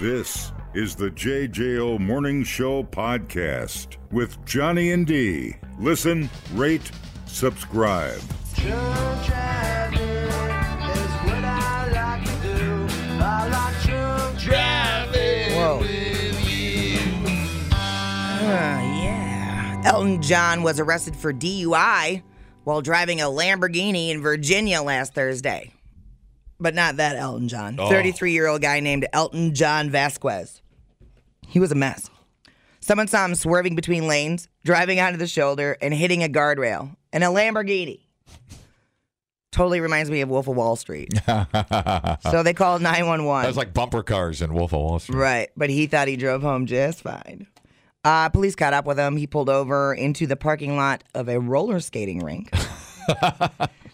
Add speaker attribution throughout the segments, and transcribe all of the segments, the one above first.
Speaker 1: This is the JJO Morning Show podcast with Johnny and D. Listen, rate, subscribe.
Speaker 2: Church driving is what I like to do. I like church driving
Speaker 3: Whoa.
Speaker 2: with you.
Speaker 3: Uh, yeah. Elton John was arrested for DUI while driving a Lamborghini in Virginia last Thursday. But not that Elton John. 33 year old guy named Elton John Vasquez. He was a mess. Someone saw him swerving between lanes, driving onto the shoulder, and hitting a guardrail in a Lamborghini. Totally reminds me of Wolf of Wall Street. so they called 911.
Speaker 4: That was like bumper cars in Wolf of Wall Street.
Speaker 3: Right, but he thought he drove home just fine. Uh, police caught up with him. He pulled over into the parking lot of a roller skating rink.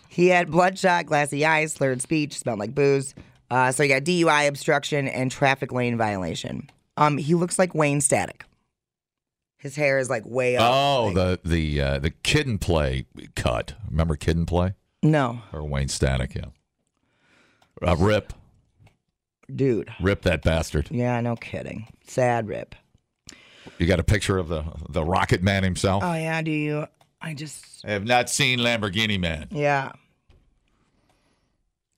Speaker 3: he had bloodshot, glassy eyes, slurred speech, smelled like booze. Uh, so he got DUI, obstruction, and traffic lane violation. Um, he looks like Wayne Static. His hair is like way up.
Speaker 4: Oh,
Speaker 3: Like-
Speaker 4: the the uh, the kid and play cut. Remember kid and play
Speaker 3: no,
Speaker 4: or Wayne Static? Yeah. Uh, rip,
Speaker 3: dude.
Speaker 4: rip that bastard.
Speaker 3: Yeah, no kidding. Sad rip.
Speaker 4: You got a picture of the the Rocket Man himself?
Speaker 3: Oh yeah, do you? I just
Speaker 4: I have not seen Lamborghini Man.
Speaker 3: Yeah.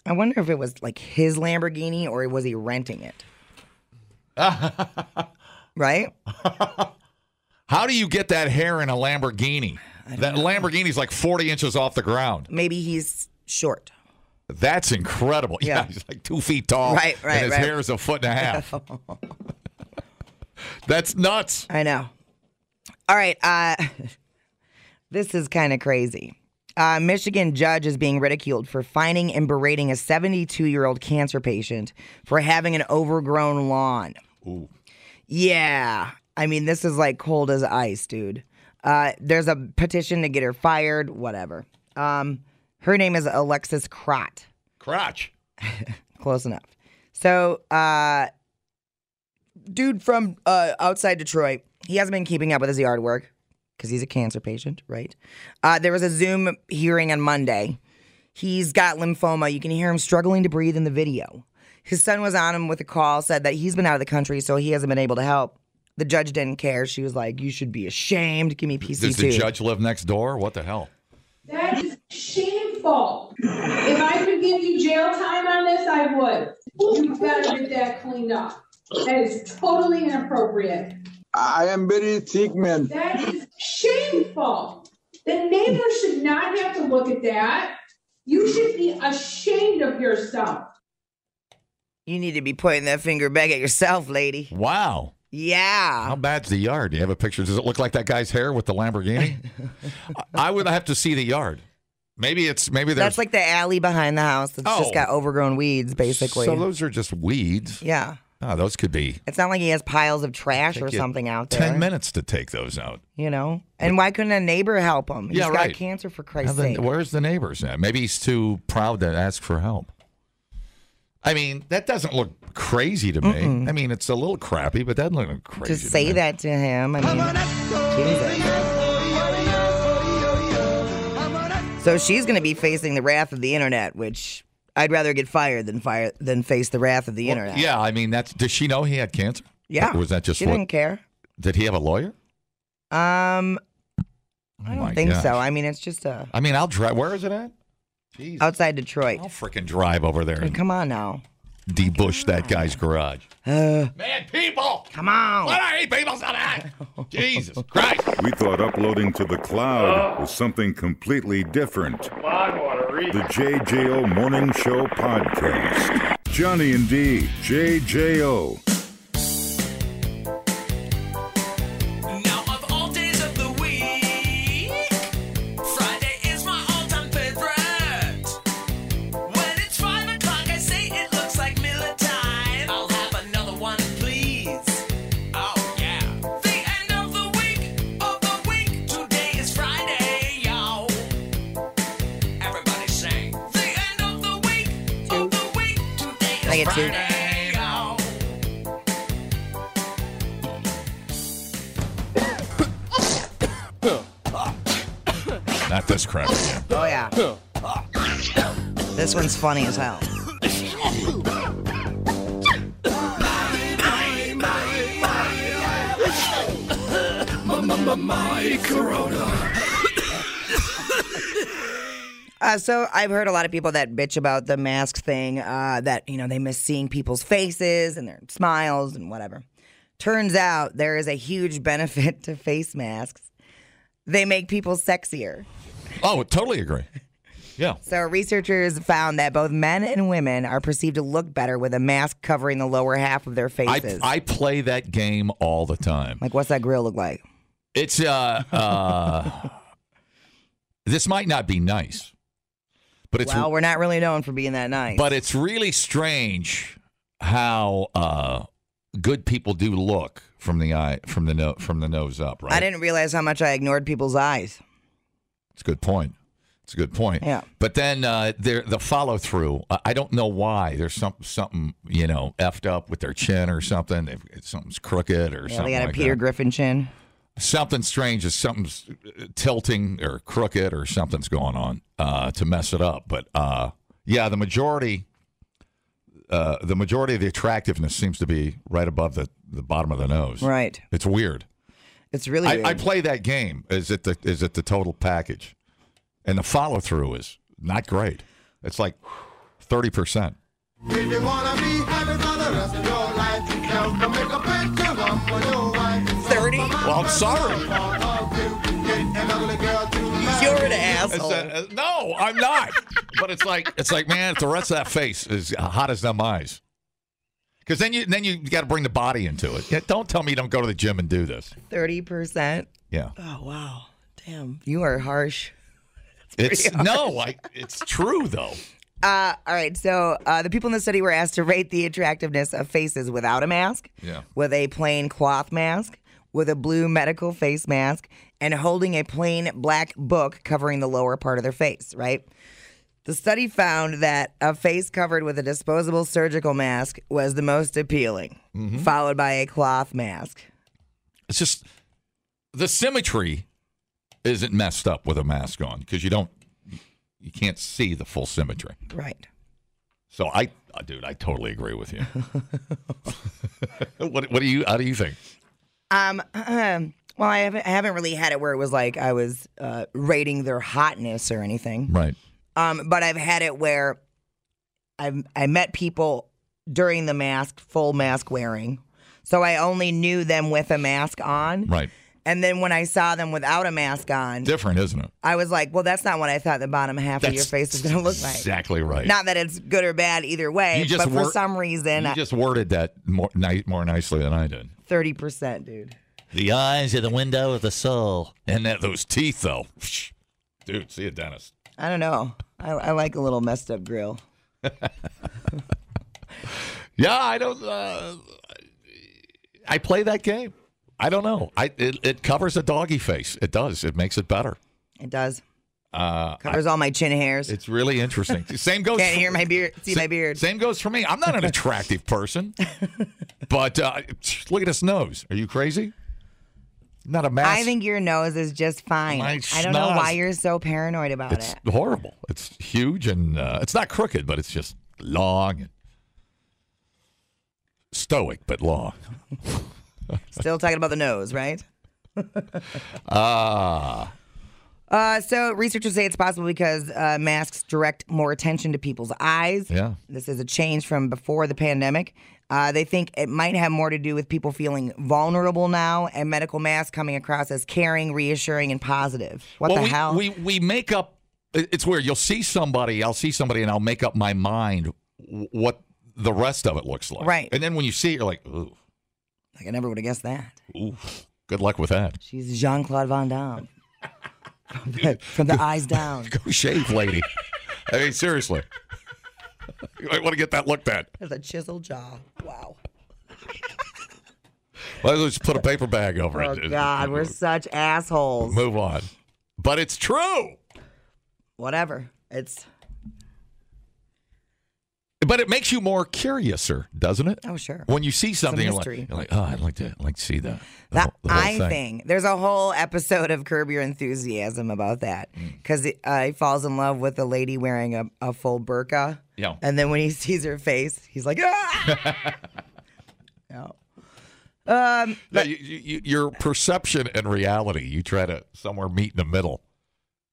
Speaker 3: I wonder if it was like his Lamborghini or was he renting it? right?
Speaker 4: How do you get that hair in a Lamborghini? That Lamborghini's like 40 inches off the ground.
Speaker 3: Maybe he's short.
Speaker 4: That's incredible. Yeah,
Speaker 3: Yeah.
Speaker 4: he's like two feet tall.
Speaker 3: Right, right,
Speaker 4: And his
Speaker 3: right.
Speaker 4: hair is a foot and a half. That's nuts.
Speaker 3: I know. All right. Uh, this is kind of crazy. Uh, Michigan judge is being ridiculed for finding and berating a 72 year old cancer patient for having an overgrown lawn.
Speaker 4: Ooh.
Speaker 3: Yeah. I mean, this is like cold as ice, dude. Uh, there's a petition to get her fired, whatever. Um, her name is Alexis Crott.
Speaker 4: Crotch.
Speaker 3: Close enough. So, uh, dude from uh, outside Detroit, he hasn't been keeping up with his yard work because he's a cancer patient, right? Uh, there was a Zoom hearing on Monday. He's got lymphoma. You can hear him struggling to breathe in the video. His son was on him with a call, said that he's been out of the country, so he hasn't been able to help. The judge didn't care. She was like, You should be ashamed. Give me
Speaker 4: Does the
Speaker 3: PC2.
Speaker 4: judge live next door? What the hell?
Speaker 5: That is shameful. If I could give you jail time on this, I would. You've got to get that cleaned up. That is totally inappropriate.
Speaker 6: I am very sick, man.
Speaker 5: That is shameful. The neighbors should not have to look at that. You should be ashamed of yourself.
Speaker 3: you need to be pointing that finger back at yourself, lady.
Speaker 4: Wow.
Speaker 3: Yeah.
Speaker 4: How bad's the yard? Do you have a picture? Does it look like that guy's hair with the Lamborghini? I would have to see the yard. Maybe it's maybe there's
Speaker 3: That's like the alley behind the house that's just
Speaker 4: Oh.
Speaker 3: got overgrown weeds, basically.
Speaker 4: So those are just weeds.
Speaker 3: yeah.
Speaker 4: Oh, those could be
Speaker 3: It's not like he has piles of trash or
Speaker 4: Take you
Speaker 3: something out there.
Speaker 4: ten minutes to take those out.
Speaker 3: You know? And why couldn't a neighbor help him? He's
Speaker 4: Yeah,
Speaker 3: got
Speaker 4: right.
Speaker 3: cancer for
Speaker 4: Now
Speaker 3: Christ's
Speaker 4: then,
Speaker 3: sake.
Speaker 4: where's the neighbors at? Maybe he's too proud to ask for help. I mean, that doesn't look crazy to me. I mean, it's a little crappy, but that doesn't look crazy.
Speaker 3: To say
Speaker 4: me.
Speaker 3: that to him, I mean, Jesus. So she's going to be facing the wrath of the internet, which I'd rather get fired than fire than face the wrath of the
Speaker 4: Well,
Speaker 3: internet.
Speaker 4: Yeah, I mean, that's. Does she know he had cancer?
Speaker 3: yeah.
Speaker 4: Or was that just
Speaker 3: she
Speaker 4: what?
Speaker 3: didn't care?
Speaker 4: Did he have a lawyer?
Speaker 3: Um,
Speaker 4: Oh
Speaker 3: I don't
Speaker 4: my
Speaker 3: think
Speaker 4: gosh.
Speaker 3: so. I mean, it's just uh,
Speaker 4: I mean, I'll drive. Where is it at? Jeez.
Speaker 3: outside Detroit.
Speaker 4: I'll freaking drive over there and
Speaker 3: Come on now.
Speaker 4: debush that guy's garage.
Speaker 3: Uh,
Speaker 4: Man, people!
Speaker 3: come on.
Speaker 4: What are you people so that? Jesus Christ!
Speaker 1: We thought uploading to the cloud was something completely different. The JJO Morning Show podcast. Johnny and D, JJO.
Speaker 7: Now of all days of the week, Friday is my all-time favorite. When it's five o'clock, I say it looks like Miller time. I'll have another one, please. Oh yeah. The end of the week, of the week. Today is Friday, yo. Everybody sing. The end of the week, of the week. Today
Speaker 3: I
Speaker 7: is
Speaker 3: get two.
Speaker 7: Friday, yo.
Speaker 4: Not this crap again.
Speaker 3: Oh yeah. this one's funny as hell. Uh, so I've heard a lot of people that bitch about the mask thing. Uh, that you know they miss seeing people's faces and their smiles and whatever. Turns out there is a huge benefit to face masks. They make people sexier.
Speaker 4: Oh, totally agree. Yeah.
Speaker 3: So researchers found that both men and women are perceived to look better with a mask covering the lower half of their
Speaker 4: I,
Speaker 3: faces.
Speaker 4: I play that game all the time.
Speaker 3: like, what's that grill look like?
Speaker 4: It's uh, uh this might not be nice, but it's
Speaker 3: well, we're not really known for being that nice.
Speaker 4: but it's really strange how uh good people do look from the eye from the no, from the nose up, right?
Speaker 3: I didn't realize how much I ignored people's eyes.
Speaker 4: It's a good point. It's a good point.
Speaker 3: Yeah.
Speaker 4: But then uh, there the follow through. I I don't know why. There's some something you know effed up with their chin or something. They've, something's crooked or
Speaker 3: Yeah,
Speaker 4: something
Speaker 3: they got a
Speaker 4: like
Speaker 3: Peter
Speaker 4: that.
Speaker 3: Griffin chin.
Speaker 4: something strange is something's uh, tilting or crooked or something's going on uh, to mess it up. But uh, yeah, the majority, uh, the majority of the attractiveness seems to be right above the, the bottom of the nose.
Speaker 3: Right.
Speaker 4: It's weird.
Speaker 3: It's really
Speaker 4: I,
Speaker 3: weird.
Speaker 4: I play that game. Is it the is it the total package? And the follow through is not great. It's like thirty percent.
Speaker 2: If you wanna be happy for the rest of your life, you have to make a picture bump for your wife.
Speaker 3: 30?
Speaker 4: Well, I'm sorry.
Speaker 3: You're an
Speaker 4: It's
Speaker 3: asshole.
Speaker 4: a- no, I'm not. but it's like it's like man, if the rest of that face is hot as them eyes. Because then you then you got to bring the body into it. Yeah, don't tell me you don't go to the gym and do this.
Speaker 3: 30%.
Speaker 4: Yeah,
Speaker 3: Oh, wow. Damn. You are harsh.
Speaker 4: it's no, I, it's true though.
Speaker 3: Uh, all right. So uh, the people in the study were asked to rate the attractiveness of faces without a mask,
Speaker 4: Yeah.
Speaker 3: with a plain cloth mask, with a blue medical face mask, and holding a plain black book covering the lower part of their face, right? The study found that a face covered with a disposable surgical mask was the most appealing, followed by a cloth mask.
Speaker 4: It's just the symmetry isn't messed up with a mask on because you don't you can't see the full symmetry.
Speaker 3: Right.
Speaker 4: So I, uh, dude, I totally agree with you. what what do you how do you think?
Speaker 3: Um, well, I haven't, I haven't really had it where it was like I was uh, rating their hotness or anything.
Speaker 4: Right.
Speaker 3: Um, but I've had it where I've I met people during the mask, full mask wearing. So I only knew them with a mask on.
Speaker 4: Right.
Speaker 3: And then when I saw them without a mask on,
Speaker 4: Different, isn't it?
Speaker 3: I was like, well, that's not what I thought the bottom half of your
Speaker 4: That's
Speaker 3: face was going to look like.
Speaker 4: Exactly right.
Speaker 3: Not that it's good or bad either way,
Speaker 4: You just
Speaker 3: but for
Speaker 4: wor-
Speaker 3: some reason,
Speaker 4: you just worded that more ni- more nicely than I did.
Speaker 3: 30%, dude.
Speaker 4: The eyes are the window of the soul, and that those teeth though, dude. See a dentist.
Speaker 3: I don't know. I, I like a little messed up grill.
Speaker 4: Yeah, I don't. Uh, I play that game. I don't know. I it, it covers a doggy face. It does. It makes it better.
Speaker 3: It does.
Speaker 4: Uh,
Speaker 3: Covers all my chin hairs.
Speaker 4: it's really interesting. Same goes.
Speaker 3: Can't
Speaker 4: for-
Speaker 3: hear my beard. See my beard.
Speaker 4: Same goes for me. I'm not an attractive person, but uh, look at his nose. Are you crazy? Not a mask.
Speaker 3: I think your nose is just fine.
Speaker 4: My
Speaker 3: I don't know
Speaker 4: schnoz.
Speaker 3: why you're so paranoid about
Speaker 4: It's
Speaker 3: it.
Speaker 4: horrible. It's huge and uh, it's not crooked, but it's just long and stoic, but long.
Speaker 3: Still talking about the nose, right?
Speaker 4: Ah,
Speaker 3: Uh, so researchers say it's possible because uh, masks direct more attention to people's eyes.
Speaker 4: Yeah.
Speaker 3: This is a change from before the pandemic. Uh, they think it might have more to do with people feeling vulnerable now and medical masks coming across as caring, reassuring, and positive. What
Speaker 4: well,
Speaker 3: the
Speaker 4: we,
Speaker 3: hell?
Speaker 4: We we make up. it- It's weird. You'll see somebody. I'll see somebody, and I'll make up my mind w- what the rest of it looks like.
Speaker 3: Right.
Speaker 4: And then when you see it, you're like, ooh,
Speaker 3: like, I never would have guessed that.
Speaker 4: ooh. Good luck with that.
Speaker 3: She's Jean Claude Van Damme. From the, from the eyes down.
Speaker 4: Go shave, lady. I mean, seriously. You might want to get that looked at.
Speaker 3: Has a chiseled jaw. Wow.
Speaker 4: Well, let's put a paper bag over
Speaker 3: Oh,
Speaker 4: it.
Speaker 3: God, we're such assholes.
Speaker 4: Move on. But it's true.
Speaker 3: Whatever. It's,
Speaker 4: But it makes you more curiouser, doesn't it?
Speaker 3: oh, sure.
Speaker 4: When you see something, you're like,
Speaker 3: mystery.
Speaker 4: you're like, oh, I'd like to, I'd like to see that. The
Speaker 3: The
Speaker 4: whole- the whole
Speaker 3: eye thing. There's a whole episode of Curb Your Enthusiasm about that
Speaker 4: Mm.
Speaker 3: because uh, he falls in love with a lady wearing a, a full burqa.
Speaker 4: Yeah.
Speaker 3: And then when he sees her face, he's like, ah! yeah. Um,
Speaker 4: Yeah, you, you, you- your perception and reality, you try to somewhere meet in the middle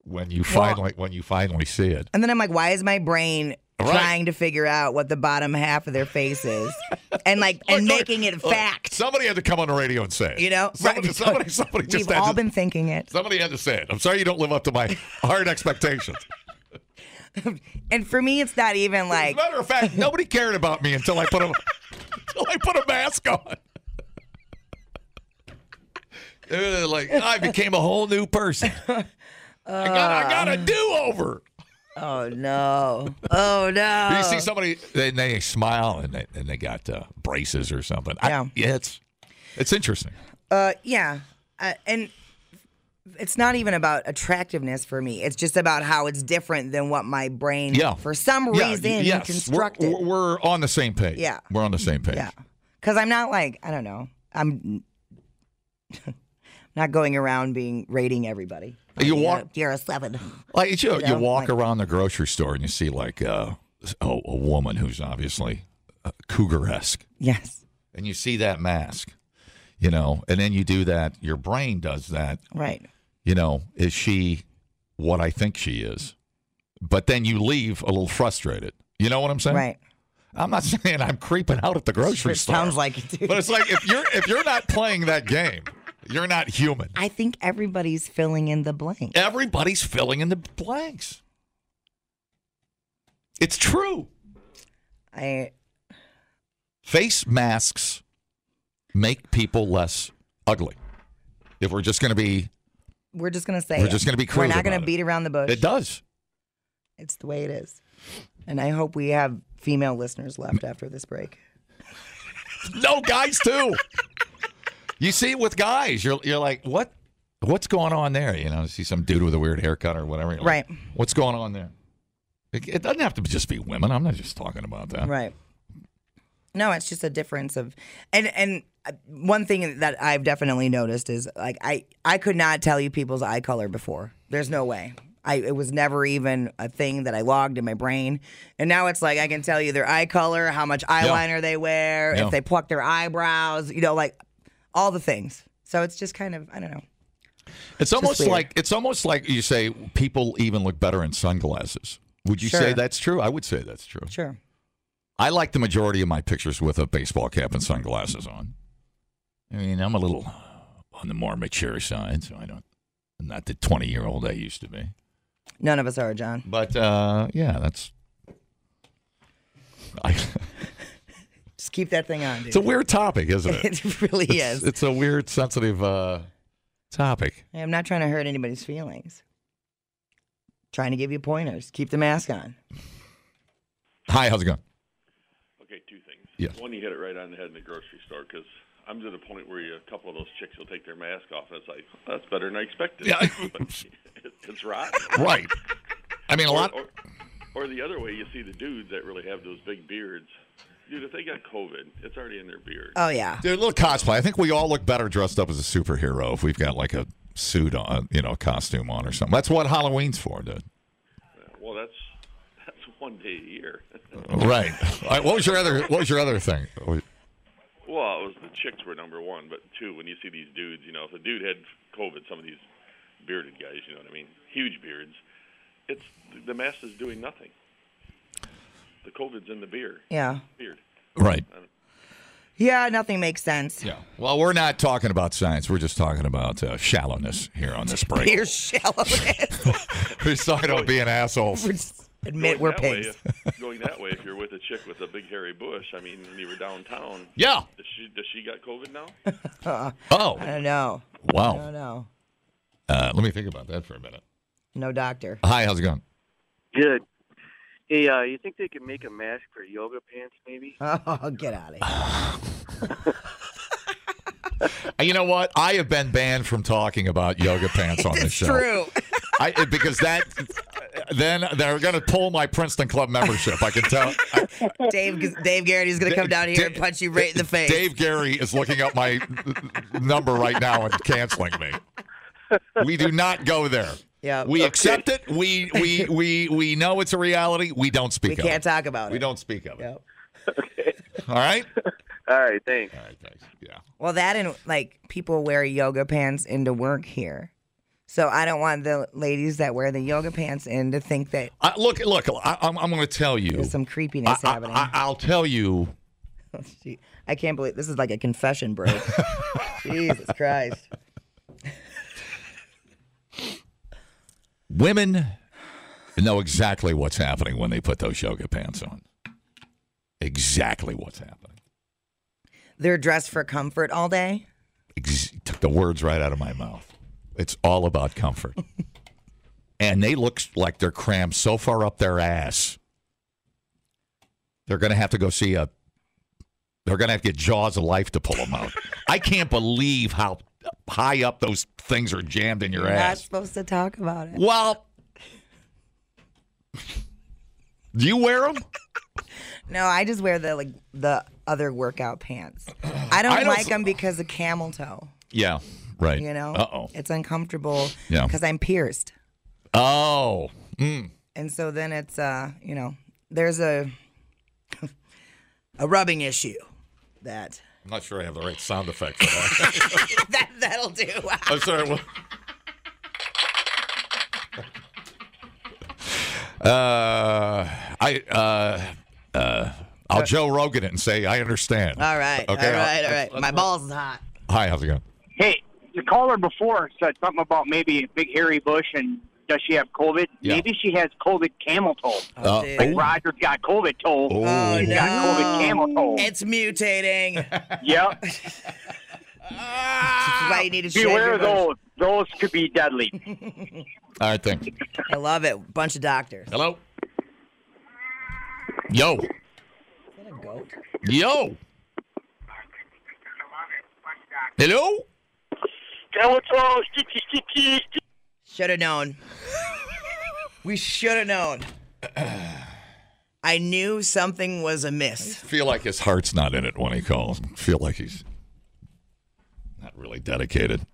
Speaker 4: when you finally when you finally see it.
Speaker 3: and then I'm like, why is my brain
Speaker 4: Right.
Speaker 3: trying to figure out what the bottom half of their face is, and like and
Speaker 4: Look,
Speaker 3: making it
Speaker 4: look,
Speaker 3: fact?
Speaker 4: Somebody had to come on the radio and say it.
Speaker 3: you know,
Speaker 4: somebody
Speaker 3: Right.
Speaker 4: somebody, somebody
Speaker 3: we've
Speaker 4: just had
Speaker 3: all
Speaker 4: to,
Speaker 3: been thinking it.
Speaker 4: somebody had to say it. I'm sorry you don't live up to my hard expectations.
Speaker 3: And for me, it's not even
Speaker 4: As a
Speaker 3: like
Speaker 4: matter of fact, nobody cared about me until I put a until I put a mask on. It was like I became a whole new person. I got I
Speaker 3: Um,
Speaker 4: got a do over.
Speaker 3: Oh no! Oh no!
Speaker 4: You see somebody, they, they smile and they, and they got uh, braces or something. I-
Speaker 3: Yeah.
Speaker 4: yeah, it's it's interesting.
Speaker 3: Uh, yeah, uh, and it's not even about attractiveness for me. It's just about how it's different than what my brain,
Speaker 4: Yeah,
Speaker 3: for some
Speaker 4: Yeah,
Speaker 3: reason,
Speaker 4: yes.
Speaker 3: constructed.
Speaker 4: We're, we're on the same page.
Speaker 3: Yeah.
Speaker 4: we're on the same page.
Speaker 3: yeah, because I'm not like I don't know. I'm not going around being rating everybody.
Speaker 4: Uh, You
Speaker 3: Like,
Speaker 4: walk-
Speaker 3: "You're- You're a seven.
Speaker 4: Like you, you,
Speaker 3: know,
Speaker 4: walk
Speaker 3: like-
Speaker 4: around the grocery store and you see like uh, oh, a woman who's obviously uh, cougar esque,
Speaker 3: Yes,
Speaker 4: and you see that mask, you know, and then you do that. Your brain does that.
Speaker 3: right.
Speaker 4: You know, is she what I think she is? But then you leave a little frustrated. You know what I'm saying?
Speaker 3: Right.
Speaker 4: I'm not saying I'm creeping out at the grocery
Speaker 3: It
Speaker 4: store.
Speaker 3: sounds like it.
Speaker 4: but
Speaker 3: Dude.
Speaker 4: it's like if you're if you're not playing that game, you're not human.
Speaker 3: I think everybody's filling in the blank.
Speaker 4: Everybody's filling in the blanks. It's true.
Speaker 3: I
Speaker 4: Face masks make people less ugly. If we're just going to be,
Speaker 3: we're just gonna say
Speaker 4: We're
Speaker 3: it.
Speaker 4: just gonna be
Speaker 3: We're
Speaker 4: crude
Speaker 3: not gonna
Speaker 4: about it.
Speaker 3: beat around the bush.
Speaker 4: it does.
Speaker 3: It's the way it is. And I hope we have female listeners left after this break.
Speaker 4: No, guys too. you see, with guys, you're you're like, what, what's going on there? You know, see some dude with a weird haircut or whatever. you're like,
Speaker 3: Right.
Speaker 4: What's going on there? It, it doesn't have to just be women. I'm not just talking about that.
Speaker 3: Right. No, it's just a difference of and and uh, one thing that I've definitely noticed is like I I could not tell you people's eye color before. There's no way. I it was never even a thing that I logged in my brain. And now it's like I can tell you their eye color, how much eyeliner they wear,
Speaker 4: Yeah.
Speaker 3: if they pluck their eyebrows, you know, like all the things. So it's just kind of I don't know.
Speaker 4: It's almost
Speaker 3: weird.
Speaker 4: like it's almost like you say people even look better in sunglasses. Would you say
Speaker 3: Sure.
Speaker 4: that's true? I would say that's true.
Speaker 3: Sure.
Speaker 4: I like the majority of my pictures with a baseball cap and sunglasses on. I mean, I'm a little on the more mature side, so I don't I'm not the 20 year old I used to be.
Speaker 3: None of us are, John.
Speaker 4: But uh, yeah, that's I,
Speaker 3: Just keep that thing on, dude.
Speaker 4: it's a weird topic, isn't it?
Speaker 3: It really
Speaker 4: It's,
Speaker 3: is.
Speaker 4: it's a weird, sensitive uh, topic.
Speaker 3: I'm not trying to hurt anybody's feelings. Trying to give you pointers. Keep the mask on.
Speaker 4: Hi, how's it going?
Speaker 8: Okay, two things.
Speaker 4: Yes.
Speaker 8: One, you hit it right on the head in the grocery store because I'm to the point where you, a couple of those chicks will take their mask off, and it's like that's better than I expected.
Speaker 4: Yeah.
Speaker 8: But it- it's right.
Speaker 4: Right. I mean, a lot.
Speaker 8: Or, or the other way, you see the dudes that really have those big beards. Dude, if they got COVID, it's already in their beard.
Speaker 4: Uh.
Speaker 3: Oh yeah.
Speaker 4: Dude, a little cosplay. I think we all look better dressed up as a superhero if we've got like a suit on, you know, costume on or something. That's what Halloween's for, dude.
Speaker 8: well, that's that's one day a year.
Speaker 4: Right. All right, what was your other? What was your other thing?
Speaker 8: well, it was the chicks were number one, but two, when you see these dudes, you know, if a dude had COVID, some of these bearded guys, you know what I mean, huge beards, it's the mask is doing nothing. The COVID's in the beer.
Speaker 3: Yeah.
Speaker 8: Beard.
Speaker 4: Right.
Speaker 3: Yeah, nothing makes sense.
Speaker 4: Yeah. Well, we're not talking about science. We're just talking about uh, shallowness here on this break.
Speaker 3: Your shallowness.
Speaker 4: we're just talking about being assholes.
Speaker 3: We're just- Admit we're
Speaker 8: that way,
Speaker 3: pigs.
Speaker 8: if- going that way, if you're with a chick with a big hairy bush, I mean, when you were downtown,
Speaker 4: Yeah.
Speaker 8: does she does she got COVID now?
Speaker 4: Oh.
Speaker 3: I don't know. I don't
Speaker 4: Wow.
Speaker 3: know.
Speaker 4: Uh, let me think about that for a minute.
Speaker 3: No doctor.
Speaker 4: Hi. How's it going?
Speaker 9: Good. Hey, uh, you think they could make a mask for yoga pants, maybe?
Speaker 3: Oh, get out of here.
Speaker 4: Uh, You know what? I have been banned from talking about yoga pants on the
Speaker 3: It's
Speaker 4: show.
Speaker 3: true.
Speaker 4: I, it- because that then they're going to pull my Princeton Club membership. I can tell. I,
Speaker 3: Dave Dave Garrity's gonna come down here and punch you right in the face.
Speaker 4: Dave Gary is looking up my number right now and canceling me. We do not go there.
Speaker 3: Yeah.
Speaker 4: We accept it. We we we we know it's a reality. We don't
Speaker 3: we
Speaker 4: speak up.
Speaker 3: can't talk about it.
Speaker 4: We don't speak of it.
Speaker 3: Yep.
Speaker 4: All right.
Speaker 9: All right, thanks.
Speaker 4: All right, thanks. Yeah.
Speaker 3: Well, that and like people wear yoga pants into work here. So I don't want the ladies that wear the yoga pants in to think that
Speaker 4: I, look, look. I, I'm, I'm going to tell you.
Speaker 3: there's some
Speaker 4: I,
Speaker 3: creepiness
Speaker 4: I,
Speaker 3: happening.
Speaker 4: I, I'll tell you.
Speaker 3: Gee, I can't believe this is like a confession break. Jesus Christ.
Speaker 4: Women know exactly what's happening when they put those yoga pants on. Exactly what's happening.
Speaker 3: They're dressed for comfort all day.
Speaker 4: Ex- took the words right out of my mouth. It's all about comfort. and they look like they're crammed so far up their ass. They're going to have to go see a. They're going to have to get jaws of life to pull them out. I can't believe how high up those things are jammed in your
Speaker 3: You're not
Speaker 4: ass.
Speaker 3: supposed to talk about it.
Speaker 4: Well, do you wear them?
Speaker 3: No, I just wear the like the other workout pants. I don't,
Speaker 4: I
Speaker 3: 'em
Speaker 4: don't
Speaker 3: like
Speaker 4: f-
Speaker 3: them because of camel toe.
Speaker 4: Yeah, right.
Speaker 3: You know,
Speaker 4: Uh oh.
Speaker 3: it's uncomfortable
Speaker 4: Yeah.
Speaker 3: because I'm pierced,
Speaker 4: Oh, mm.
Speaker 3: and so then it's uh, you know, there's a a rubbing issue that
Speaker 4: I'm not sure I have the right sound effect for that.
Speaker 3: that that'll do.
Speaker 4: I'm sorry. what- Uh, I uh, uh, I'll Joe Rogan it and say I understand.
Speaker 3: all right,
Speaker 4: Okay,
Speaker 3: all
Speaker 4: I'll-
Speaker 3: right, all right. My balls is hot.
Speaker 4: Hi, how's it going?
Speaker 10: Hey, the caller before said something about maybe Big Harry Bush and does she have COVID?
Speaker 4: Yeah.
Speaker 10: Maybe she has COVID camel toe.
Speaker 4: Uh,
Speaker 3: dude.
Speaker 10: Like Roger's got COVID toe.
Speaker 4: Oh,
Speaker 3: Oh,
Speaker 10: He's got
Speaker 3: no.
Speaker 10: COVID camel toe.
Speaker 3: It's mutating.
Speaker 10: Yep.
Speaker 3: That's why you need to shave
Speaker 10: Beware
Speaker 3: your
Speaker 10: of
Speaker 3: bush.
Speaker 10: those. Those could be deadly.
Speaker 4: All right, thanks.
Speaker 3: I love it. Bunch of doctors.
Speaker 4: Hello. Yo. Yo. Hello.
Speaker 3: Should have known. we should have known. I knew something was amiss.
Speaker 4: Feel like his heart's not in it when he calls. Feel like he's not really dedicated.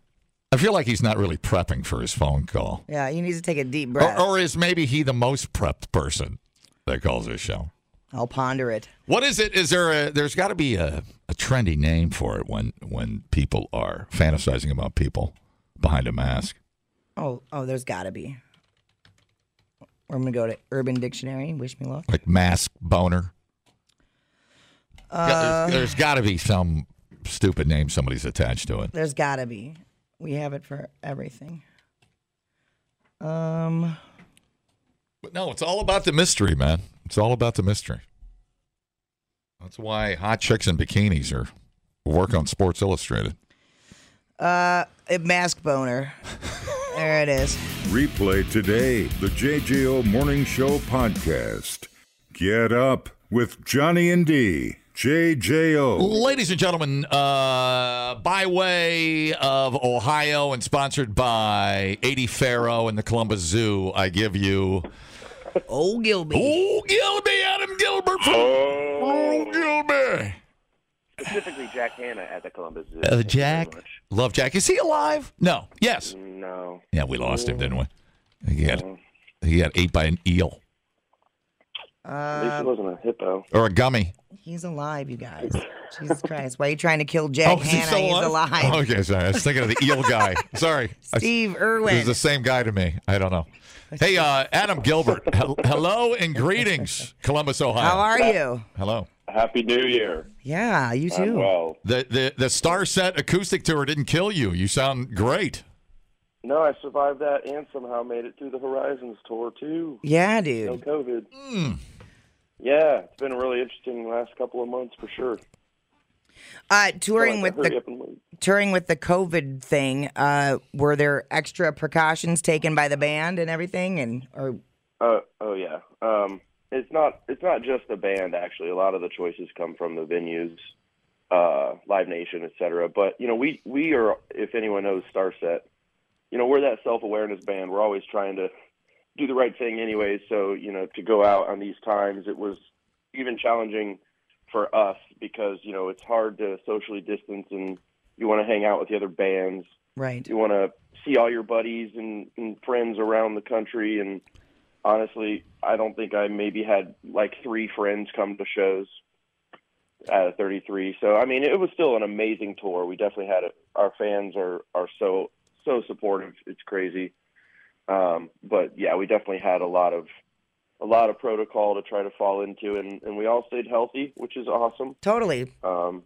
Speaker 4: I feel like he's not really prepping for his phone call,
Speaker 3: Yeah, you need to take a deep
Speaker 4: or,
Speaker 3: breath.
Speaker 4: or is maybe he the most prepped person that calls his show?
Speaker 3: I'll ponder it.
Speaker 4: What is it? Is there a? There's got to be a, a trendy name for it when when people are fantasizing about people behind a mask.
Speaker 3: Oh, oh, there's got to be. Or I'm gonna go to Urban Dictionary. Wish me luck.
Speaker 4: like mask boner? Yeah, there's- there's got to be some stupid name somebody's attached to it.
Speaker 3: There's got to be. We have it for everything. Um,
Speaker 4: But no, it's all about the mystery, man. It's all about the mystery. That's why hot chicks in bikinis are work on Sports Illustrated.
Speaker 3: a mask boner. there it is.
Speaker 1: Replay today the JJO Morning Show podcast. Get up with Johnny and D. JJO.
Speaker 4: Ladies and gentlemen, uh, by way of Ohio and sponsored by 80 Faro and the Columbus Zoo, I give you
Speaker 3: Oh, Gilby.
Speaker 4: Oh Gilby, Adam Gilbert from Oh Gilby.
Speaker 9: Specifically, Jack Hanna at the Columbus Zoo.
Speaker 4: Oh, Jack. Love Jack. Is he alive? No. Yes.
Speaker 9: No.
Speaker 4: Yeah, we lost him, didn't we? He got, he got ate by an eel
Speaker 9: At least it wasn't a hippo.
Speaker 4: or a gummy.
Speaker 3: He's alive, you guys. Jesus Christ! Why are you trying to kill
Speaker 4: Oh,
Speaker 3: Jack Hanna? He's alive.
Speaker 4: Okay, sorry. Oh, I was thinking of the eel guy. Sorry. I-
Speaker 3: Steve
Speaker 4: This is
Speaker 3: Irwin.
Speaker 4: the same guy to me. I don't know. Hey, uh, Adam Gilbert. hel- hello and greetings, Columbus, Ohio.
Speaker 3: How are you?
Speaker 4: Hello.
Speaker 11: Happy New Year.
Speaker 3: Yeah, you
Speaker 11: I'm
Speaker 3: too.
Speaker 11: well.
Speaker 4: The, the the Star Set acoustic tour didn't kill you. You sound great.
Speaker 11: No, I survived that and somehow made it through the Horizons tour too.
Speaker 3: Yeah,
Speaker 11: No
Speaker 3: dude.
Speaker 11: COVID.
Speaker 4: Hmm.
Speaker 11: Yeah, it's been a really interesting last couple of months for sure.
Speaker 3: Uh,
Speaker 11: Feel
Speaker 3: touring
Speaker 11: like
Speaker 3: with
Speaker 11: I
Speaker 3: the
Speaker 11: hurry up and leave.
Speaker 3: touring with the COVID thing. Uh, were there extra precautions taken by the band and everything? And or
Speaker 11: Uh, oh yeah. Um, it's not. It's not just the band. Actually, a lot of the choices come from the venues, uh, Live Nation, etc. But you know, we we are. If anyone knows Starset, you know, we're that self awareness band. We're always trying to do the right thing, anyway. So you know, to go out on these times, it was even challenging for us because you know it's hard to socially distance and you want to hang out with the other bands
Speaker 3: right?
Speaker 11: you want to see all your buddies and, and friends around the country and honestly i don't think i maybe had like three friends come to shows out of 33. So I mean, it was still an amazing tour. We definitely had it. Our fans are are so so supportive. It's crazy. Um, but yeah, we definitely had a lot of a lot of protocol to try to fall into, and and we all stayed healthy, which is awesome.
Speaker 3: Totally.
Speaker 11: Um,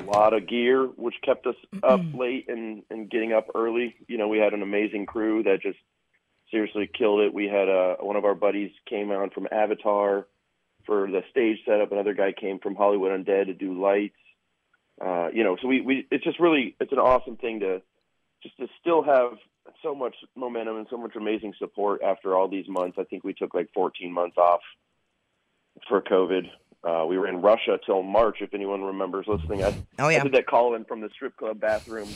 Speaker 11: a lot of gear, which kept us up late and and getting up early. You know, we had an amazing crew that just seriously killed it. We had uh, one of our buddies came on from Avatar for the stage setup. Another guy came from Hollywood Undead to do lights. Uh, you know, so we, we it's just really it's an awesome thing to just to still have so much momentum and so much amazing support after all these months. I think we took like 14 months off for COVID. Uh, we were in Russia till March, if anyone remembers listening. I,
Speaker 3: Oh, yeah.
Speaker 11: I did that call in from the strip club bathroom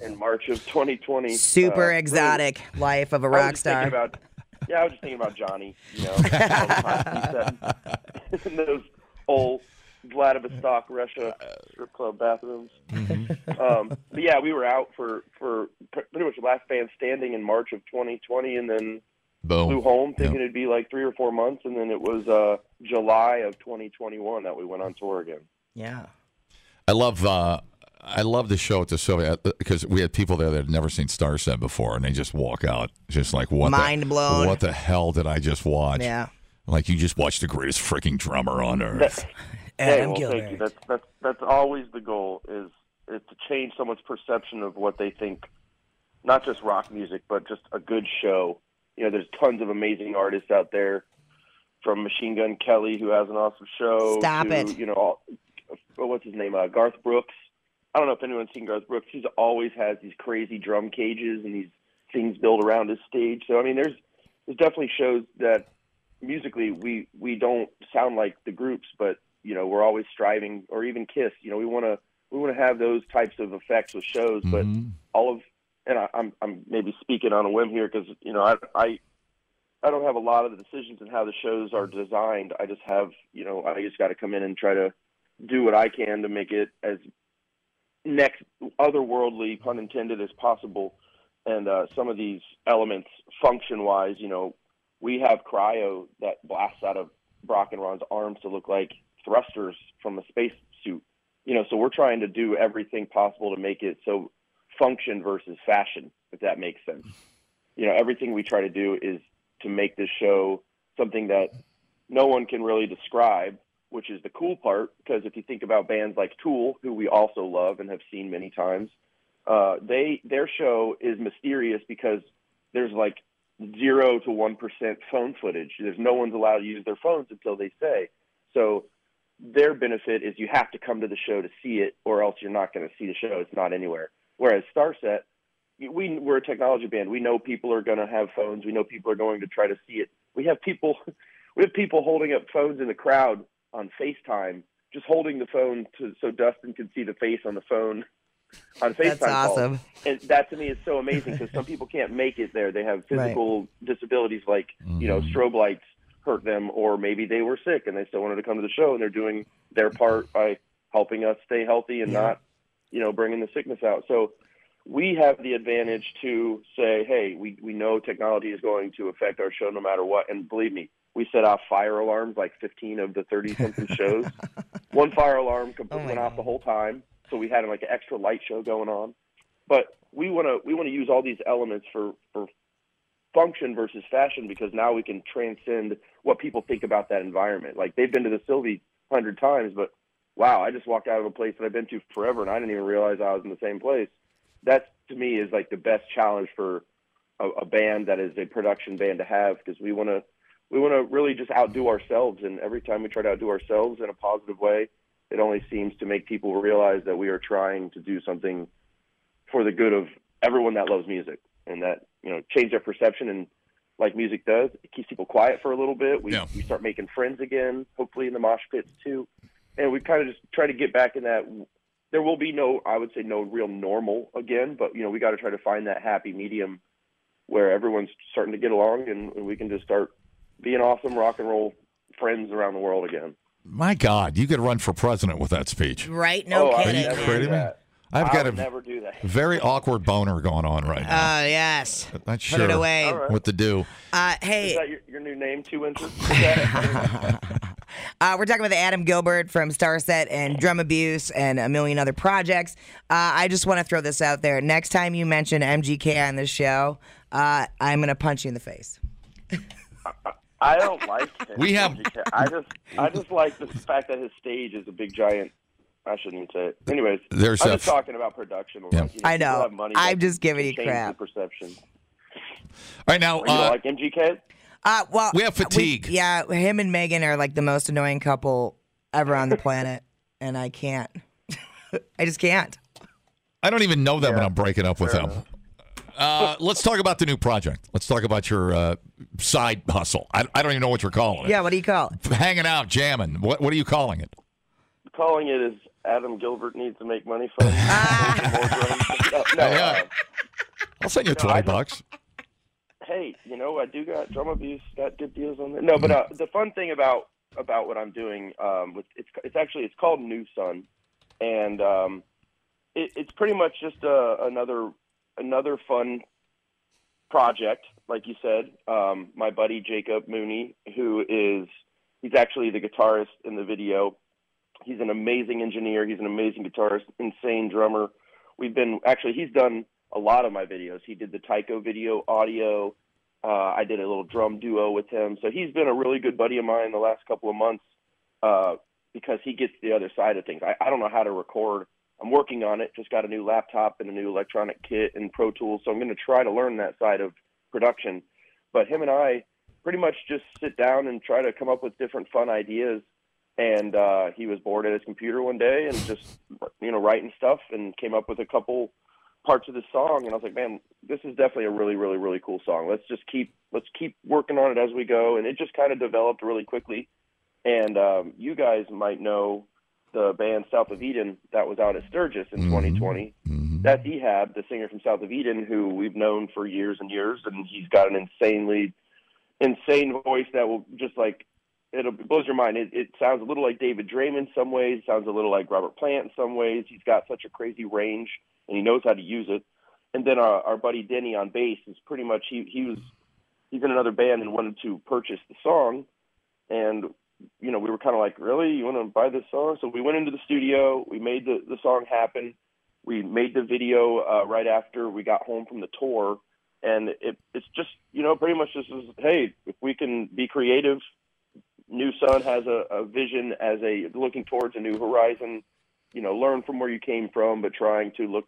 Speaker 11: in March of 2020.
Speaker 3: Super
Speaker 11: Uh,
Speaker 3: exotic life of a rock star.
Speaker 11: I was just thinking about, yeah, I was just thinking about Johnny. You know, all the time he said in those old Vladivostok, Russia strip club bathrooms.
Speaker 3: Mm-hmm.
Speaker 11: Um, but yeah, we were out for for pr- pretty much the last band standing in March of 2020, and then
Speaker 3: Oh,
Speaker 4: Boom.
Speaker 11: flew home thinking it'd be like three or four months, and then it was uh, July of 2021 that we went on tour again.
Speaker 3: Yeah.
Speaker 4: I love uh, I love the show at the Soviet because we had people there that had never seen Star Set before, and they just walk out just like what the-
Speaker 3: Mind blown.
Speaker 4: What the hell did I just watch?
Speaker 3: Yeah.
Speaker 4: Like you just watched the greatest freaking drummer on earth.
Speaker 11: That-
Speaker 3: Adam
Speaker 11: hey, well,
Speaker 3: Gilbert.
Speaker 11: thank you. That's that's that's always the goal is is to change someone's perception of what they think, not just rock music, but just a good show. You know, there's tons of amazing artists out there, from Machine Gun Kelly, who has an awesome show.
Speaker 3: Stop
Speaker 11: to,
Speaker 3: it.
Speaker 11: You know, all, uh, what's his name? Uh, Garth Brooks. I don't know if anyone's seen Garth Brooks. He's always has these crazy drum cages and these things built around his stage. So I mean, there's there's definitely shows that musically we we don't sound like the groups, but you know we're always striving, or even Kiss. You know, we want to we want to have those types of effects with shows, but all of and I, I'm I'm maybe speaking on a whim here because you know I I I don't have a lot of the decisions in how the shows are designed. I just have you know I just got to come in and try to do what I can to make it as next otherworldly, pun intended, as possible. And uh, some of these elements, function wise, you know, we have cryo that blasts out of Brock and Ron's arms to look like thrusters from a space suit. You know, so we're trying to do everything possible to make it so function versus fashion, if that makes sense. You know, everything we try to do is to make this show something that no one can really describe, which is the cool part. Because if you think about bands like Tool, who we also love and have seen many times, uh, they their show is mysterious because there's like zero to one percent phone footage. There's no one's allowed to use their phones until they say. So their benefit is you have to come to the show to see it, or else you're not going to see the show. It's not anywhere. Whereas Starset, we we're a technology band. We know people are going to have phones. We know people are going to try to see it. We have people, we have people holding up phones in the crowd on FaceTime, just holding the phone to so Dustin can see the face on the phone on FaceTime.
Speaker 3: That's
Speaker 11: calls.
Speaker 3: awesome.
Speaker 11: And that to me is so amazing because some people can't make it there. They have physical disabilities like you know strobe lights hurt them, or maybe they were sick and they still wanted to come to the show, and they're doing their part by helping us stay healthy and not you know bringing the sickness out. So we have the advantage to say, hey, we, we know technology is going to affect our show no matter what. And believe me, we set off fire alarms like 15 of the 30 something shows. One fire alarm completely went off the whole time, so we had like an extra light show going on. But we want to we want to use all these elements for for function versus fashion because now we can transcend what people think about that environment. Like they've been to the Sylvie hundred times, but wow, I just walked out of a place that I've been to forever and I didn't even realize I was in the same place. That to me is like the best challenge for a, a band that is a production band to have because we want to we want to really just outdo ourselves and every time we try to outdo ourselves in a positive way it only seems to make people realize that we are trying to do something for the good of everyone that loves music and that you know change their perception and like music does it keeps people quiet for a little bit we,
Speaker 4: Yeah.
Speaker 11: we start making friends again hopefully in the mosh pits too and we kind of just try to get back in that there will be no i would say no real normal again but you know we got to try to find that happy medium where everyone's starting to get along and, and we can just start being awesome rock and roll friends around the world again
Speaker 4: My God, you could run for president with that speech.
Speaker 3: Right? No
Speaker 11: Oh, I
Speaker 3: kidding.
Speaker 4: Are
Speaker 11: would never
Speaker 4: you
Speaker 3: man.
Speaker 4: kidding me?
Speaker 11: that.
Speaker 4: I've
Speaker 11: I
Speaker 4: got
Speaker 11: would
Speaker 4: a
Speaker 11: never do that
Speaker 4: very awkward boner going on right now.
Speaker 3: Oh, yes.
Speaker 4: Not
Speaker 3: Put
Speaker 4: sure
Speaker 3: it away.
Speaker 11: All right.
Speaker 4: what to do.
Speaker 3: Uh,
Speaker 11: is
Speaker 3: hey,
Speaker 11: that your, your new name two inches Is that-
Speaker 3: Uh, we're talking with Adam Gilbert from Starset and Drum Abuse and a million other projects. Uh, I just want to throw this out there. Next time you mention MGK on this show, uh, I'm going to punch you in the face.
Speaker 11: I don't like.
Speaker 4: We have.
Speaker 11: I just, I just like the fact that his stage is a big giant. I shouldn't even say it. Anyways,
Speaker 4: There's
Speaker 11: I'm
Speaker 4: a
Speaker 11: just
Speaker 4: f-
Speaker 11: talking about production. like,
Speaker 4: Yeah.
Speaker 11: you
Speaker 3: I
Speaker 11: people
Speaker 3: know.
Speaker 11: have money
Speaker 3: I'm
Speaker 11: that
Speaker 3: just giving you
Speaker 11: changes
Speaker 3: crap.
Speaker 11: the perception.
Speaker 4: All right now,
Speaker 11: Are you
Speaker 4: uh,
Speaker 11: like MGK?
Speaker 3: Uh, well,
Speaker 4: We have fatigue.
Speaker 3: yeah, him and Megan are like the most annoying couple ever on the planet, and I can't. I just can't.
Speaker 4: I don't even know them, and I'm breaking up with them. Uh, let's talk about the new project. Let's talk about your uh, side hustle. I, I don't even know what you're calling it.
Speaker 3: Yeah, what do you call it?
Speaker 4: Hanging out, jamming. What What are you calling it?
Speaker 11: Calling it is Adam Gilbert needs to make money from. More drums. No, uh, no,
Speaker 4: Yeah. I'll send you
Speaker 11: No, I
Speaker 4: twenty
Speaker 11: just-
Speaker 4: bucks.
Speaker 11: hey, you know, I do got drum abuse, got good deals on that. No, but uh, the fun thing about about what I'm doing, um, with it's it's actually it's called New Sun, and um, it, it's pretty much just a, another another fun project, like you said. Um, my buddy Jacob Mooney, who is he's actually the guitarist in the video. He's an amazing engineer. He's an amazing guitarist, insane drummer. We've been actually he's done a lot of my videos. He did the Tycho video audio. Uh, I did a little drum duo with him. So he's been a really good buddy of mine the last couple of months uh, because he gets the other side of things. I, I don't know how to record. I'm working on it. Just got a new laptop and a new electronic kit and Pro Tools. So I'm going to try to learn that side of production. But him and I pretty much just sit down and try to come up with different fun ideas. And uh, he was bored at his computer one day and just, you know, writing stuff and came up with a couple parts of the song and I was like, man, this is definitely a really, really, really cool song. Let's just keep let's keep working on it as we go. And it just kind of developed really quickly. And um, you guys might know the band South of Eden that was out at Sturgis in 2020.
Speaker 4: Mm-hmm.
Speaker 11: That's Ehab, the singer from South of Eden, who we've known for years and years, and he's got an insanely insane voice that will just like it'll it blows your mind. It, it sounds a little like David Draymond in some ways, sounds a little like Robert Plant in some ways. He's got such a crazy range and he knows how to use it. And then our, our buddy Denny on bass is pretty much he he was he's in another band and wanted to purchase the song, and you know we were kind of like, really, you want to buy this song? So we went into the studio, we made the the song happen, we made the video uh, right after we got home from the tour, and it it's just you know pretty much just is hey if we can be creative. New Sun has a, a vision as a looking towards a new horizon. You know, learn from where you came from, but trying to look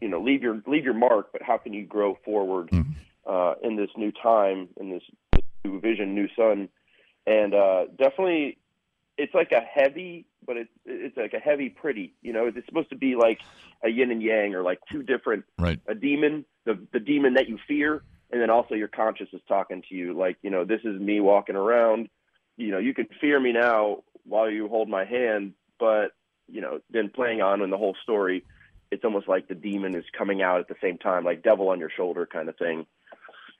Speaker 11: you know leave your leave your mark, but how can you grow forward uh, in this new time, in this, this new vision, new sun, and uh, definitely it's like a heavy, but it's it's like a heavy pretty. You know, it's supposed to be like a yin and yang, or like two different
Speaker 4: Right.
Speaker 11: a demon, the the demon that you fear, and then also your conscience is talking to you, like you know this is me walking around. You know, you can fear me now while you hold my hand, but you know then playing on in the whole story it's almost like the demon is coming out at the same time, like devil on your shoulder kind of thing.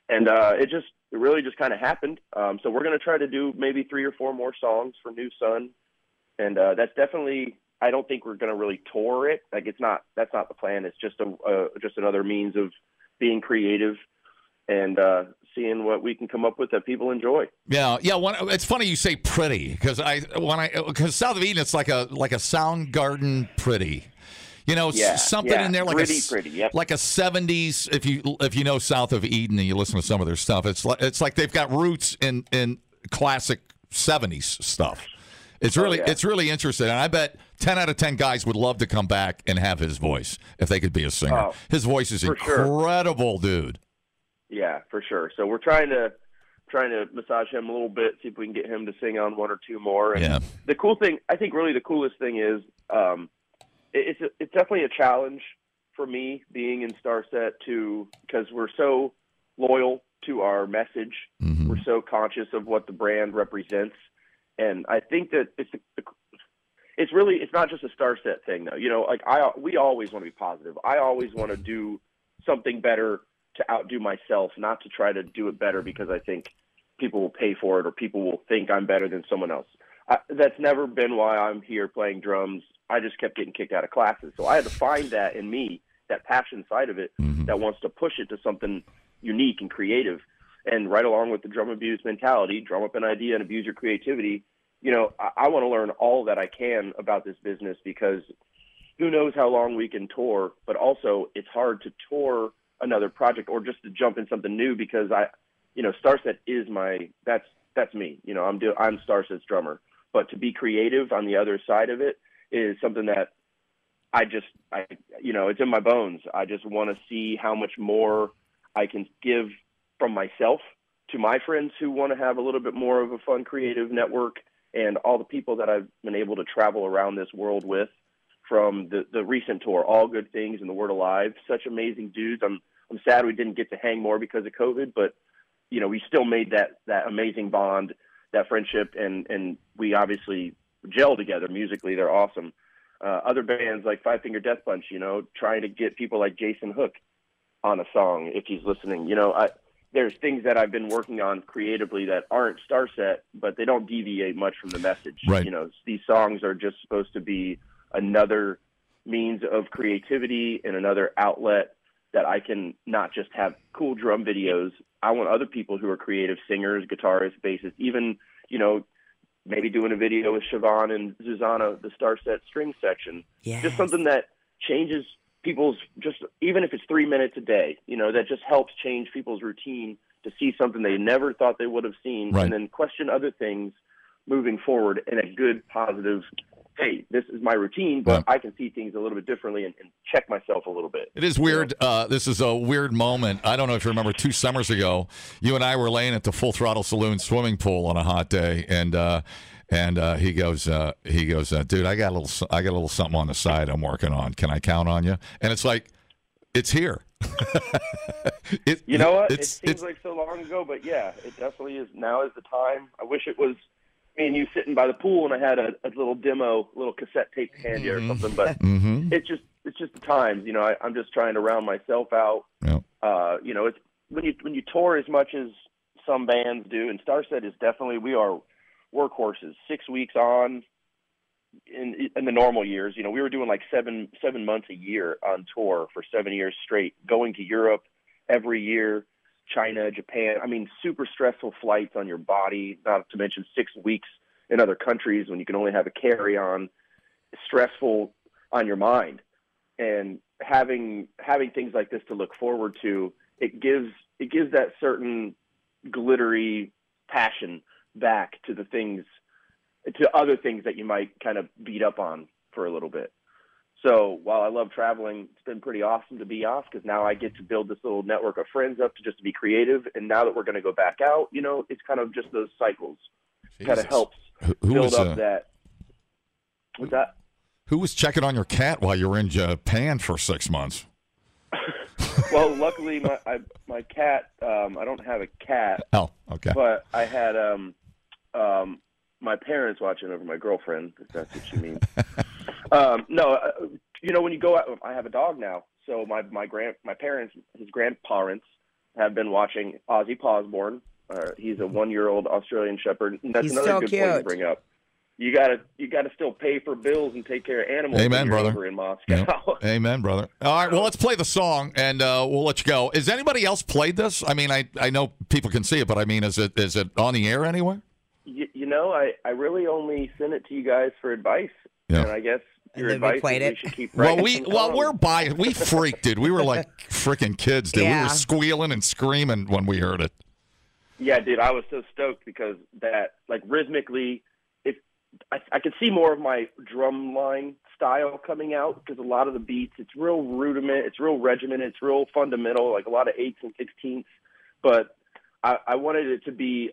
Speaker 11: And uh, it just, it really just kind of happened. Um, so we're going to try to do maybe three or four more songs for New Sun. And uh, that's definitely, I don't think we're going to really tour it. Like it's not, that's not the plan. It's just a, uh, just another means of being creative and uh, seeing what we can come up with that people enjoy.
Speaker 4: Yeah, yeah. When, it's funny you say pretty because I when I because South of Eden it's like a like a sound garden pretty. You know, s-
Speaker 11: Yeah,
Speaker 4: something
Speaker 11: yeah.
Speaker 4: in there like a
Speaker 11: Pretty,
Speaker 4: s-
Speaker 11: pretty, yep.
Speaker 4: like a seventies. If you if you know South of Eden and you listen to some of their stuff, it's like it's like they've got roots in in classic seventies stuff. It's really
Speaker 11: Oh, yeah.
Speaker 4: it's really interesting, and I bet ten out of ten guys would love to come back and have his voice if they could be a singer.
Speaker 11: Oh,
Speaker 4: his voice is
Speaker 11: for sure.
Speaker 4: incredible, dude.
Speaker 11: Yeah, for sure. So we're trying to trying to massage him a little bit, see if we can get him to sing on one or two more. And
Speaker 4: Yeah.
Speaker 11: the cool thing, I think, really the coolest thing is, um, it, it's it's definitely a challenge for me being in Starset to because we're so loyal to our message, we're so conscious of what the brand represents, and I think that it's the it's really it's not just a star set thing though. You know, like I we always want to be positive. I always want to do something better to outdo myself, not to try to do it better because I think people will pay for it or people will think I'm better than someone else. I, that's never been why I'm here playing drums. I just kept getting kicked out of classes, so I had to find that in me, that passion side of it, that wants to push it to something unique and creative. And right along with the drum abuse mentality, drum up an idea and abuse your creativity you know, I, I want to learn all that I can about this business because who knows how long we can tour, but also it's hard to tour another project or just to jump in something new because I, you know, Starset is my that's that's me. You know, I'm do I'm Starset's drummer, but to be creative on the other side of it is something that I just I you know it's in my bones. I just want to see how much more I can give from myself to my friends who want to have a little bit more of a fun creative network and all the people that I've been able to travel around this world with from the the recent tour all good things and the word alive such amazing dudes I'm I'm sad we didn't get to hang more because of covid but you know we still made that that amazing bond that friendship and and we obviously gel together musically they're awesome uh, other bands like Five Finger Death Punch, you know, trying to get people like Jason Hook on a song if he's listening. You know, I, there's things that I've been working on creatively that aren't star set, but they don't deviate much from the message.
Speaker 4: Right.
Speaker 11: You know, these songs are just supposed to be another means of creativity and another outlet that I can not just have cool drum videos. I want other people who are creative singers, guitarists, bassists, even, you know, maybe doing a video with Siobhan and Susanna, the star set string section. Just something that changes people's just even if it's three minutes a day, you know, that just helps change people's routine to see something they never thought they would have seen
Speaker 4: Right.
Speaker 11: and then question other things moving forward in a good positive hey, this is my routine, but I can see things a little bit differently and, and check myself a little bit.
Speaker 4: It is weird. Uh, this is a weird moment. I don't know if you remember two summers ago, you and I were laying at the Full Throttle Saloon swimming pool on a hot day, and uh, and uh, he goes, uh, he goes, uh, dude, I got a little, s- I got a little something on the side I'm working on. Can I count on you? And it's like, it's here. it,
Speaker 11: You know what?
Speaker 4: It's,
Speaker 11: it seems like so long ago, but yeah, it definitely is. Now is the time. I wish it was me and you sitting by the pool, and I had a, a little demo, little cassette tape to hand you
Speaker 4: Mm-hmm.
Speaker 11: or something. But
Speaker 4: Mhm.
Speaker 11: it's just it's just the times. You know, I, I'm just trying to round myself out. Uh, you know, it's when you when you tour as much as some bands do, and Starset is definitely we are workhorses. Six weeks on. In, in the normal years, you know, we were doing like seven seven months a year on tour for seven years straight, going to Europe every year. China, Japan. I mean, super stressful flights on your body, not to mention six weeks in other countries when you can only have a carry on, stressful on your mind. And having having things like this to look forward to, it gives it gives that certain glittery passion back to the things to other things that you might kind of beat up on for a little bit. So while I love traveling, it's been pretty awesome to be off because now I get to build this little network of friends up to just to be creative. And now that we're going to go back out, you know, it's kind of just those cycles. Kind of
Speaker 4: Jesus.
Speaker 11: helps
Speaker 4: Who- who
Speaker 11: build
Speaker 4: was,
Speaker 11: up
Speaker 4: uh,
Speaker 11: that. What's that?
Speaker 4: who was checking on your cat while you were in Japan for six months?
Speaker 11: well, luckily my I, my cat. Um, I don't have a cat.
Speaker 4: Oh, okay.
Speaker 11: But I had um, um, my parents watching over my girlfriend. If that's what you mean. um, no, uh, you know when you go out, I have a dog now. So my my grand my parents his grandparents have been watching Ozzy Posborn. Uh, he's a one year old Australian Shepherd. And that's
Speaker 12: He's
Speaker 11: another
Speaker 12: so
Speaker 11: good point to
Speaker 12: cute.
Speaker 11: bring up. You gotta you gotta still pay for bills and take care of animals. when
Speaker 4: Amen,
Speaker 11: you're
Speaker 4: brother.
Speaker 11: Over in Moscow.
Speaker 4: Yep. Amen, brother. All right, well, let's play the song and uh, we'll let you go. Is anybody else played this? I mean, I, I know people can see it, but I mean, is it is it on the air anywhere?
Speaker 11: you, you know, I, I really only sent it to you guys for advice,
Speaker 4: Yeah.
Speaker 11: and I guess your
Speaker 4: then we
Speaker 11: advice
Speaker 4: played
Speaker 11: is we
Speaker 4: it.
Speaker 11: should keep
Speaker 4: Well,
Speaker 11: writing.
Speaker 4: we
Speaker 11: some
Speaker 4: well
Speaker 11: songs.
Speaker 4: we're by we freaked, dude. We were like freaking kids, dude. We
Speaker 11: Yeah.
Speaker 4: were squealing and screaming when we heard it.
Speaker 11: yeah, dude, I was so stoked because that like rhythmically, if I, I could see more of my drum line style coming out because a lot of the beats, it's real rudiment, it's real regimented, it's real fundamental, like a lot of eights and sixteenths, but I, I wanted it to be,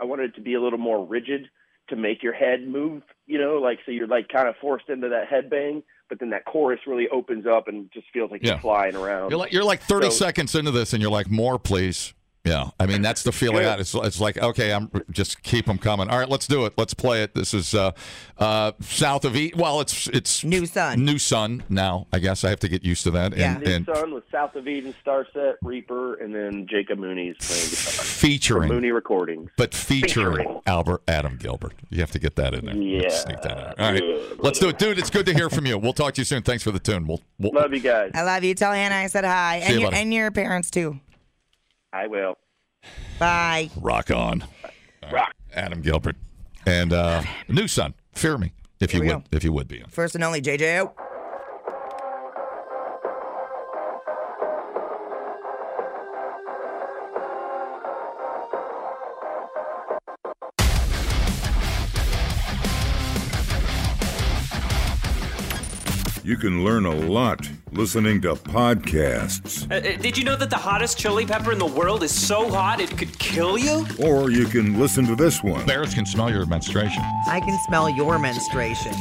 Speaker 11: I wanted it to be a little more rigid to make your head move, you know, like so you're like kind of forced into that headbang, but then that chorus really opens up and just feels like
Speaker 4: Yeah.
Speaker 11: you're flying around.
Speaker 4: You're like you're like 30
Speaker 11: Oh. So-
Speaker 4: seconds into this, and you're like, more, please. Yeah, I mean that's the feeling.
Speaker 11: Good.
Speaker 4: out. It's it's like okay, I'm just keep them coming. All right, let's do it. Let's play it. This is uh, uh, south of E. Well, it's it's new sun. New sun now. I guess I have to get used to that. And,
Speaker 11: New
Speaker 4: and
Speaker 11: Sun with South of Eden, Starset, Reaper, and then Jacob Mooney's playing guitar.
Speaker 4: featuring
Speaker 11: Mooney recordings.
Speaker 4: but featuring, Albert Adam Gilbert. You have to get that in there. You have to sneak that out. All right, let's do it, dude. It's good to hear from you. We'll talk to you soon. Thanks for the tune. We'll, we'll
Speaker 11: love you guys.
Speaker 3: I love you. Tell Hannah I said hi,
Speaker 4: See
Speaker 3: and
Speaker 4: you,
Speaker 3: your
Speaker 4: buddy.
Speaker 3: and your parents too.
Speaker 11: I will.
Speaker 3: Bye.
Speaker 4: Rock on. Rock. Adam Gilbert. And uh, new son, fear me if you
Speaker 3: Here we
Speaker 4: would, if you would be.
Speaker 3: First and only JJO.
Speaker 1: You can learn a lot listening to podcasts,
Speaker 12: Uh, uh, did you know that the hottest chili pepper in the world is so hot it could kill you?
Speaker 1: or you can listen to this one.
Speaker 4: Bears can smell your menstruation.
Speaker 13: I can smell your menstruation.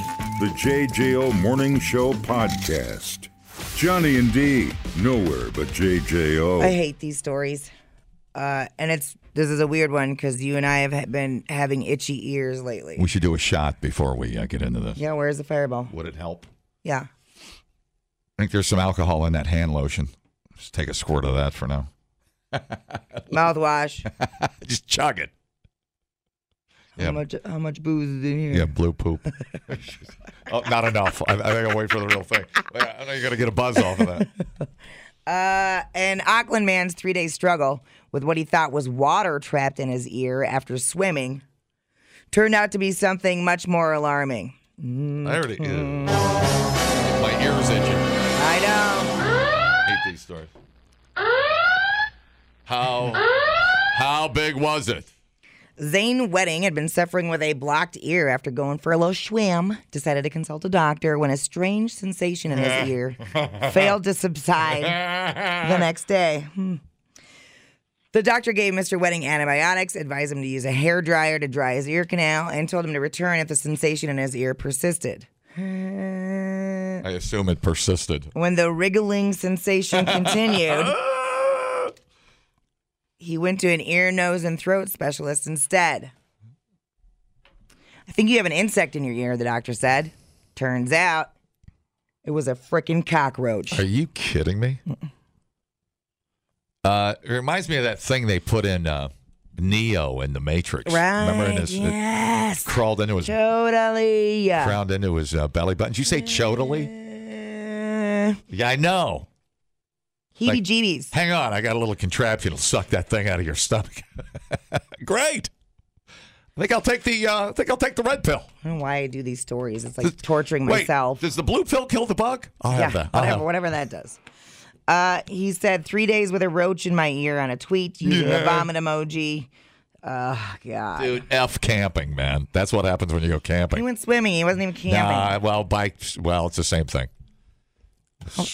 Speaker 1: The JJO Morning Show Podcast. Johnny and D, nowhere but JJO.
Speaker 3: I hate these stories. Uh, and it's this is a weird one because you and I have ha- been having itchy ears lately.
Speaker 4: We should do a shot before we uh, get into this.
Speaker 3: Yeah, where's the fireball?
Speaker 4: Would it help?
Speaker 3: Yeah.
Speaker 4: I think there's some alcohol in that hand lotion. Just take a squirt of that for now.
Speaker 3: Mouthwash.
Speaker 4: Just chug it.
Speaker 3: How much how much booze is in here?
Speaker 4: Yeah, blue poop. oh, not enough. I, I think I'll wait for the real thing. Wait, I know you're going to get a buzz off of that.
Speaker 3: Uh, an Auckland man's three day struggle with what he thought was water trapped in his ear after swimming turned out to be something much more alarming. Mm-hmm.
Speaker 4: I already. uh, my ears itching.
Speaker 3: I know.
Speaker 4: hate these stories. How how big was it?
Speaker 3: Zane Wedding had been suffering with a blocked ear after going for a little swim, decided to consult a doctor when a strange sensation in his ear failed to subside the next day. Hmm. The doctor gave Mr. Wedding antibiotics, advised him to use a hair dryer to dry his ear canal, and told him to return if the sensation in his ear persisted.
Speaker 4: I assume it persisted.
Speaker 3: When the wriggling sensation continued, Ah! he went to an ear, nose, and throat specialist instead. I think you have an insect in your ear, the doctor said. Turns out it was a freaking cockroach.
Speaker 4: Are you kidding me? Uh, it reminds me of that thing they put in uh, Neo in the Matrix. Remember, in
Speaker 3: Right,
Speaker 4: his, it
Speaker 3: yes.
Speaker 4: crawled into his
Speaker 3: Totally. Yeah.
Speaker 4: crowned into his uh, belly button. Did you say chotally?
Speaker 3: Uh,
Speaker 4: Yeah, I know.
Speaker 3: Heebie jeebies.
Speaker 4: Hang on, I got a little contraption to suck that thing out of your stomach. Great. I think I'll take the uh, I think I'll take the red pill.
Speaker 3: I don't know why I do these stories. It's like torturing
Speaker 4: Wait,
Speaker 3: myself.
Speaker 4: does the blue pill kill the bug? I'll
Speaker 3: yeah,
Speaker 4: have that. I'll
Speaker 3: whatever,
Speaker 4: have-
Speaker 3: whatever that does. Uh, he said three days with a roach in my ear on a tweet using
Speaker 4: Yeah.
Speaker 3: a vomit emoji. Oh God!
Speaker 4: Dude, F camping, man. That's what happens when you go
Speaker 3: He
Speaker 4: camping.
Speaker 3: went swimming. He wasn't even camping.
Speaker 4: Nah, well, by well, it's the same thing.
Speaker 3: Oh.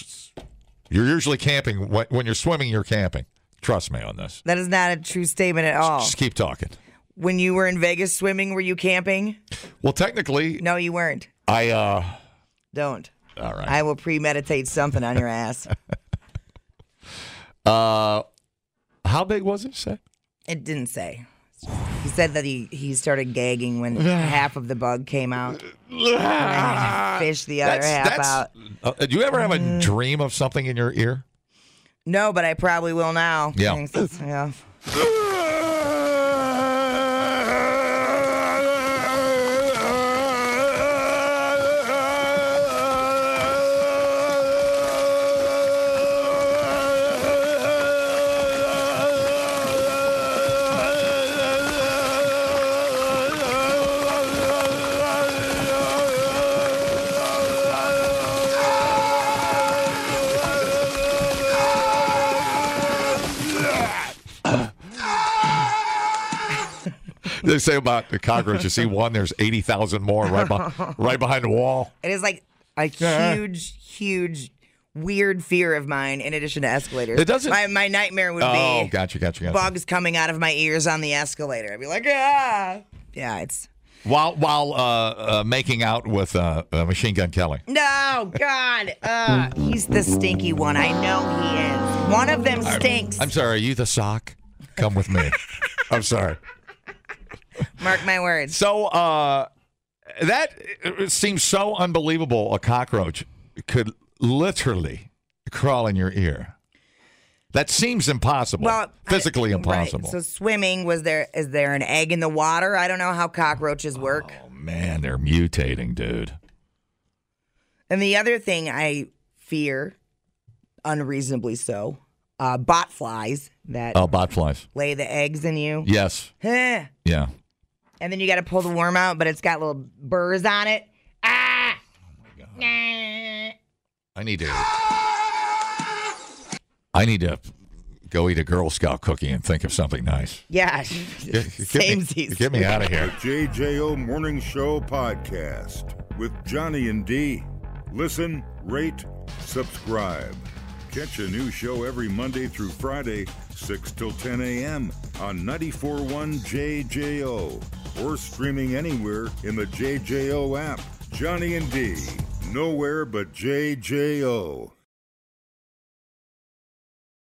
Speaker 4: You're usually camping when when you're swimming. You're camping. Trust me on this.
Speaker 3: That is not a true statement at all.
Speaker 4: Just keep talking.
Speaker 3: When you were in Vegas swimming, were you camping?
Speaker 4: Well, technically,
Speaker 3: No, you weren't.
Speaker 4: I uh,
Speaker 3: Don't.
Speaker 4: all right.
Speaker 3: I will premeditate something on your ass.
Speaker 4: Uh, how big was it? Say.
Speaker 3: It didn't say. He said that he, he started gagging when half of the bug came out. And then had to fish the other half out.
Speaker 4: Uh, do you ever have a dream of something in your ear?
Speaker 3: No, but I probably will now.
Speaker 4: Yeah.
Speaker 3: Thanks, it's- yeah.
Speaker 4: They say about the cockroach. You see one, there's eighty thousand more right, behind, right behind the wall.
Speaker 3: It is like a
Speaker 4: Yeah.
Speaker 3: huge, huge, weird fear of mine. In addition to escalators,
Speaker 4: It doesn't-
Speaker 3: My, my nightmare would
Speaker 4: Oh,
Speaker 3: be
Speaker 4: gotcha, gotcha, gotcha.
Speaker 3: bugs coming out of my ears on the escalator. I'd be like, ah, yeah, it's
Speaker 4: While while uh, uh, making out with uh, uh, Machine Gun Kelly.
Speaker 3: no, God, uh, he's the stinky one. I know he is. One of them stinks.
Speaker 4: I'm sorry. Are you the sock? Come with me. I'm sorry.
Speaker 3: Mark my words.
Speaker 4: So uh, that uh, seems so unbelievable. A cockroach could literally crawl in your ear. That seems impossible.
Speaker 3: Well, I-
Speaker 4: physically impossible.
Speaker 3: Right. So swimming was there? Is there an egg in the water? I don't know how cockroaches work.
Speaker 4: Oh. Man, they're mutating, dude.
Speaker 3: And the other thing I fear, unreasonably so, uh, bot flies that
Speaker 4: Oh, bot flies.
Speaker 3: lay the eggs in you.
Speaker 4: Yes.
Speaker 3: Heh.
Speaker 4: Yeah.
Speaker 3: and then you got to pull the worm out, but it's got little burrs on it. Ah! Nah.
Speaker 4: I need to. I need to go eat a Girl Scout cookie and think of something nice.
Speaker 3: Yeah.
Speaker 4: Get, get me, get me out of here.
Speaker 1: The JJO Morning Show podcast with Johnny and D. Listen, rate, subscribe. Catch a new show every Monday through Friday, 6 till 10 a.m. on 94.1 JJO or streaming anywhere in the JJO app. Johnny and D. Nowhere but JJO.